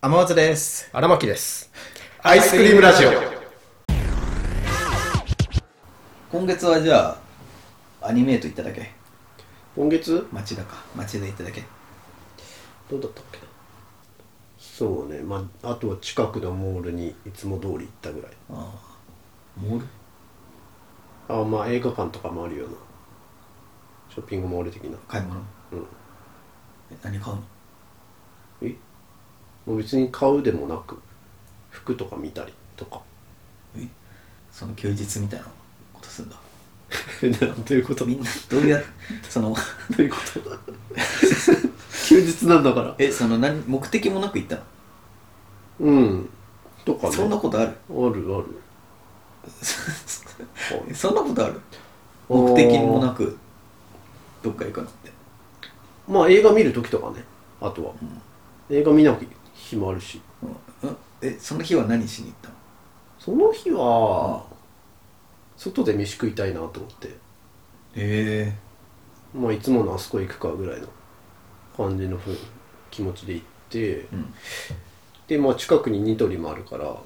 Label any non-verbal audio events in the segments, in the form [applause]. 天松です。荒牧です。アイスクリームラジオ今月はじゃあ、アニメート行っただけ。今月町田か。町田行っただけ。どうだったっけそうね、まあ、あとは近くのモールにいつも通り行ったぐらい。ああ。モールあ、まあ映画館とかもあるような。ショッピングモール的な。買い物うん。え何買うのえもう別に買うでもなく、服とか見たりとか。えその休日みたいなことすんだ。 [laughs] どういうことみんな、どうや、 [laughs] その、どういうこと休日なんだから。え、その何、目的もなく行った [laughs] うん。とかのね。そんなことある [laughs] あるある。えそんなことある目的もなく。く、どっか行くのって。まあ映画見るときとかね。あとは。映画見なきゃ日もあるし。うんうんえ、その日は何しに行ったのその日は、外で飯食いたいなと思って、えまあ、いつものあそこ行くかぐらいの感じのふう気持ちで行ってえうん。で、まあ、近くにニトリもあるから、ん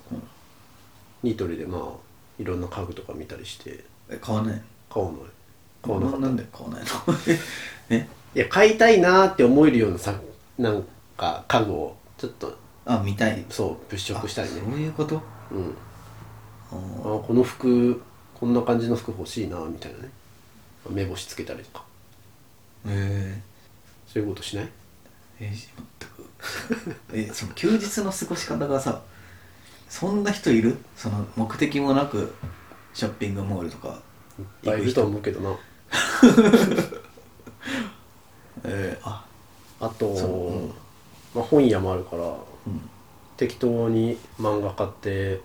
ニトリでまあいろんな家具とか見たりしてえ、買わないの買わない買わなかった、ないんで買わないの [laughs] えや買いたいなって思えるようなさなんか家具をちょっとあ見たいそう物色したりあそねういうことうんああーこの服こんな感じの服欲しいなみたいなね目星つけたりとかえそういうことしないー、えー、全くえその休日の過ごし方がさそんな人いるその目的もなくショッピングモールとかいっぱいいると思うけどなえー、ああと、そううんまあ、本屋もあるからうん適当に漫画買って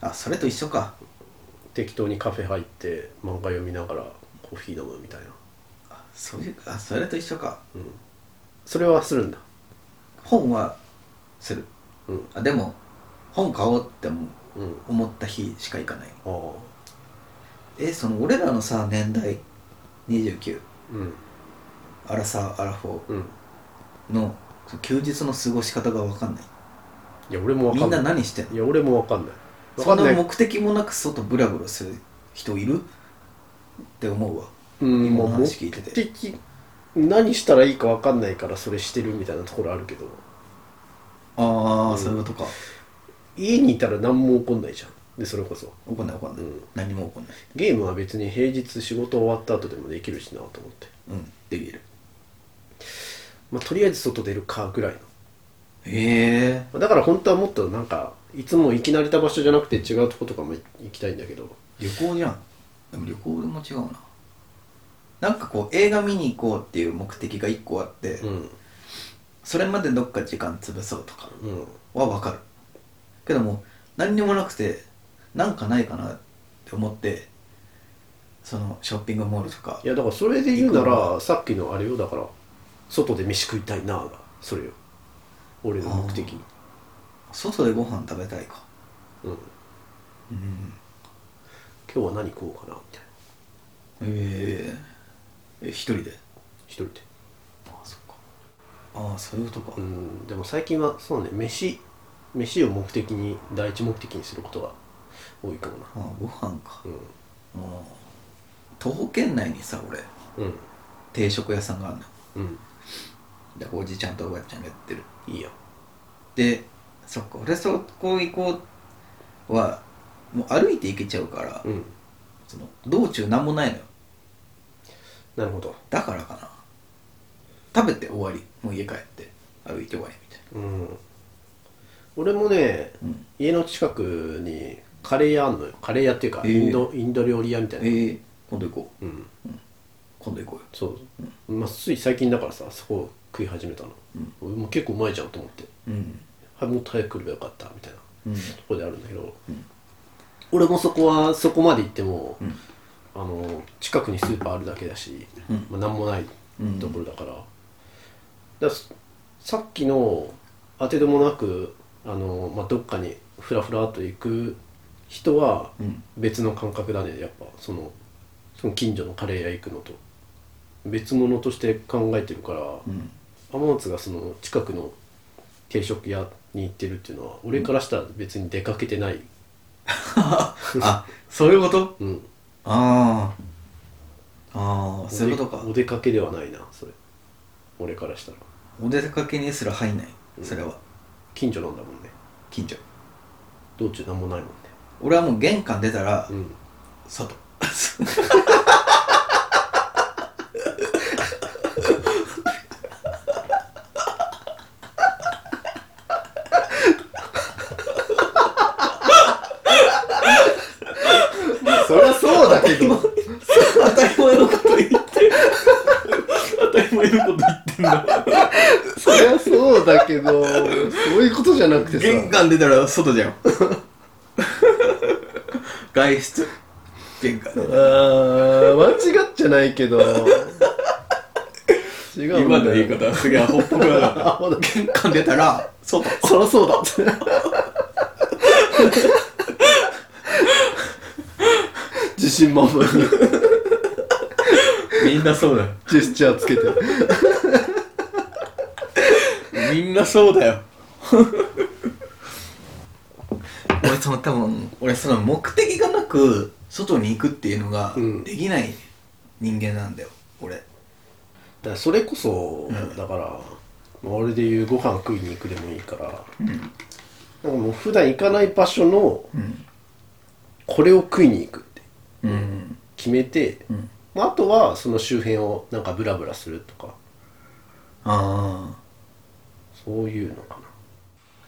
あそれと一緒か適当にカフェ入って漫画読みながらコーヒー飲むみたいな、あそういうあそれと一緒かうん、それはするんだ本はするうんあでも本買おうって思ううん思った日しか行かないああえその俺らのさ年代29うんアラサーアラフォーうんのその休日の過ごし方が分かんないいや俺もわみかんんなない何してんのいや俺もわかんないわそかんんなない目的もなく外ブラブラする人いるって思うわうん今のもう話聞いて目て的何したらいいかわかんないからそれしてるみたいなところあるけどあうあんそういうことか家にいたら何も起こんないじゃんでそれこそ、怒んない怒んうないん、何も怒んないゲームは別に平日仕事終わった後でもできるしなと思ってうんできるまあ、とりあえず外出るかぐらいのへえまあだから本当はもっとなんかいつも行き慣れた場所じゃなくて違うとことかも行きたいんだけど旅行じゃんでも旅行も違うななんかこう映画見に行こうっていう目的が1個あって、うんそれまでどっか時間潰そうとかうんは分かるけども何にもなくてなんかないかなって思ってそのショッピングモールとかいやだからそれで言うな行らさっきのあれよだから外で飯食いたいながそれよ俺の目的外でご飯食べたいかうんうん今日は何食おうかなみたいなええ一人で一人でああそっかああそういうことか、うんでも最近はそうね飯飯を目的に第一目的にすることが多いかもなああご飯か、うああ徒歩圏内にさ俺んうん定食屋さんがあるのうんでおじちゃんとおばちゃんがやってるいいやでそっか俺そこ行こうはもう歩いて行けちゃうから、うんその道中何もないのよなるほどだからかな食べて終わりもう家帰って歩いて終わりみたいうん俺もねなうん家の近くにカレー屋あんのよカレー屋っていうかえイーンド,、インド料理屋みたいな、ええ今度行こううん今度行こうよそう、まあ、つい最近だからさそこを食い始めたの、俺もう結構うまいじゃんと思ってうんはもっと早く来ればよかったみたいなうんところであるんだけど、俺もそこはそこまで行っても、あの近くにスーパーあるだけだし、うんまあ、何もないうんところだから,、だからさっきの当てでもなくあの、まあ、どっかにフラフラっと行く人はうん別の感覚だねやっぱそのその近所のカレー屋行くのと別物として考えてるから、うん天松がその近くの定食屋に行ってるっていうのは俺からしたら別に出かけてない、あそういうことうん、ああああそういうことかお出お出かけではないなそれ俺からしたらお出かけにすら入んないそれは近所なんだもんね近所道中なんもないもんね俺はもう玄関出たらうん外そりゃそうだけど [laughs] 当たり前のこと言ってる当たり前のこと言ってんだ [laughs] そりゃそうだけどそういうことじゃなくてさ玄関出たら外じゃん [laughs] 外出玄関あー間違っちゃないけど違うんだ今の言い方すげえアホっぽくなかアホだった玄関出たら外 [laughs] そりゃそうだって自信満々にみんなそうだよジェスチャーつけてみんなそうだよ [laughs] 俺その多分俺その目的がなく外に行くっていうのがうんできない人間なんだよ俺だからそれこそ、だからまあ俺で言うご飯食いに行くでもいいからうんなんかもう普段行かない場所のうんこれを食いに行くってうん決めて、うんまあ、あとはその周辺をなんかブラブラするとかあそういうのか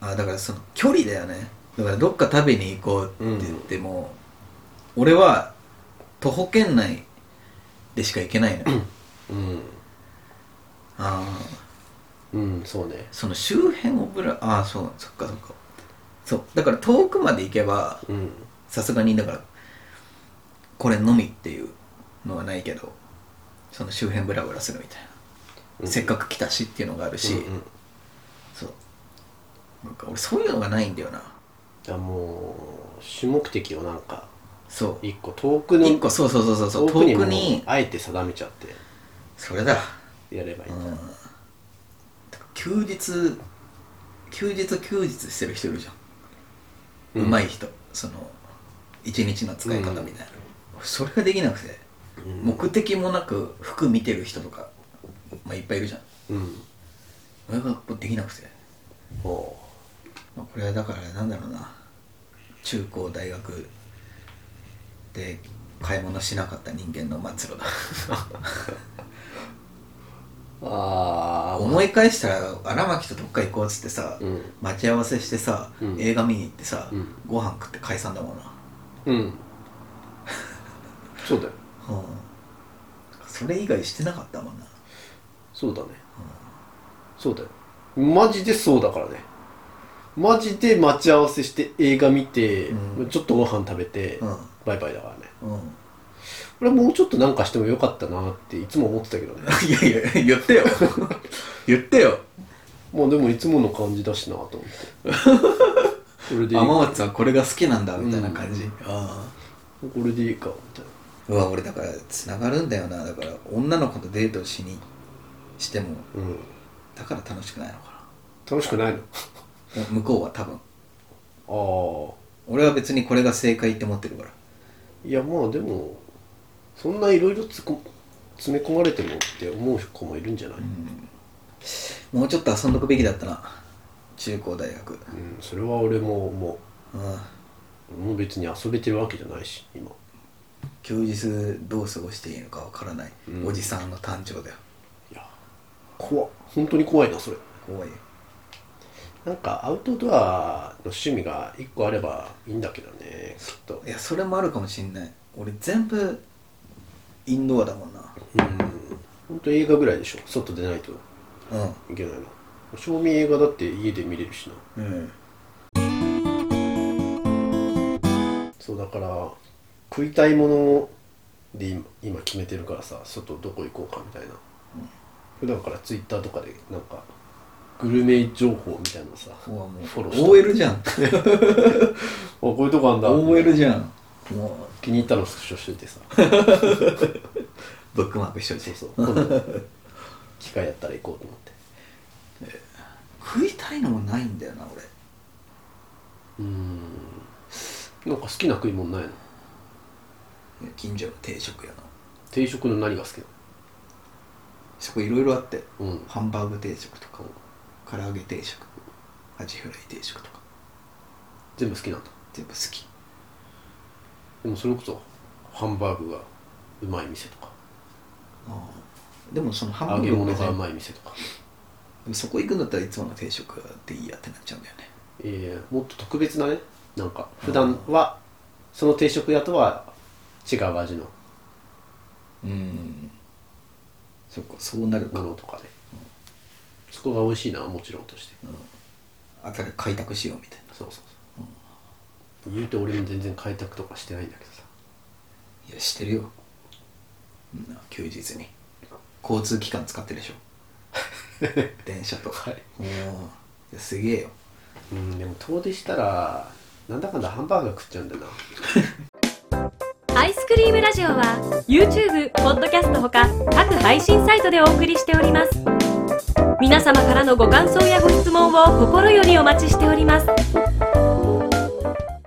なーあだからその距離だよねだからどっか食べに行こうって言っても、俺は徒歩圏内でしか行けないのようんああうんそうねその周辺をぶらああそうそっかそっかそうだから遠くまで行けばうんさすがにだからこれのみっていうのはないけどその周辺ブラブラするみたいな、うんせっかく来たしっていうのがあるし、うんうんそうなんか俺そういうのがないんだよなだからもう主目的をなんかそう一個遠くの一個そうそうそうそうそう遠くに遠もくにあえて定めちゃってそれだやればいい、うんだだから休日休日休日してる人いるじゃん、ううんまい人その一日の使い方みたいな、それができなくて、うん目的もなく服見てる人とか、まあ、いっぱいいるじゃんうん俺ができなくて、おまあ、これはだからなんだろうな中高大学で買い物しなかった人間の末路 [laughs] だうああ思い返したら荒牧とどっか行こうっつってさ、うん待ち合わせしてさ、うん映画見に行ってさ、うんご飯食って解散だもんな、うん [laughs] そうだようん、それ以外してなかったもんなそうだね、そうだよマジでそうだからねマジで待ち合わせして映画見て、うんちょっとご飯食べて、うんバイバイだからねうん俺はもうちょっとなんかしてもよかったなっていつも思ってたけどねいやいや言って [laughs] よ言ってよまあでもいつもの感じだしなと思 [laughs] ってこれでいい天こ松はこれが好きなんだみたいな感じ、ああれでいいかみたいうわ俺だからつながるんだよなだから女の子とデートしにしてもなうんだから楽しくないのか楽しくないのな向こうは多分 [laughs] あ俺は別にこれが正解って思ってるからあいやまあでもそんないろいろつこ詰め込まれてもって思う子もいるんじゃない、うんもうちょっと遊んどくべきだったな中高大学それは俺ももうんうもう別に遊べてるわけじゃないし今休日どう過ごしていいのかわからない、うんおじさんの誕生だよいや怖っ本当に怖いなそれ怖いよなんかアウトドアの趣味が1個あればいいんだけどねきっといやそれもあるかもしんない俺全部インドアだもんなうん本当映画ぐらいでしょ外出ないといけないの賞味映画だって家で見れるしなうんうんそうだから食いたいもので今今決めてるからさ外どこ行こうかみたいな、普段からツイッターとかでなんかグルメ情報みたいなのさうわもうフォローして OL じゃんあこういうとこあんだ OL じゃんも気に入ったのスクショしといて [laughs] さうブックマークしといてそうそう今度機会やったら行こうと思って食いたいのもないんだよな俺うんなんか好きな食い物ないのいや近所の定食屋の定食の何が好きなそこいろいろあってのうんハンバーグ定食とか唐揚げ定食アジフライ定食とか全部好きなんだ全部好きでもそれこそハンバーグがうまい店とかああでもそのハンバ揚ーげグも物別にがうまい店とかでもそこ行くんだったらいつもの定食でいいやってなっちゃうんだよねえー、もっと特別なねなんか普段はその定食屋とは違う味のうんそっかそうなるか、ものとかね、そこが美味しいなもちろんとしてあたり開拓しようみたいなそうそうそう、言うて俺も全然開拓とかしてないんだけどさいやしてるようん休日に交通機関使ってるでし [laughs] ょ電車とか、はいおーいやすげえようんでも遠出したらなんだかんだハンバーガー食っちゃうんだなアイスクリームラジオは YouTube、ポッドキャストほか各配信サイトでお送りしております皆様からのご感想やご質問を心よりお待ちしております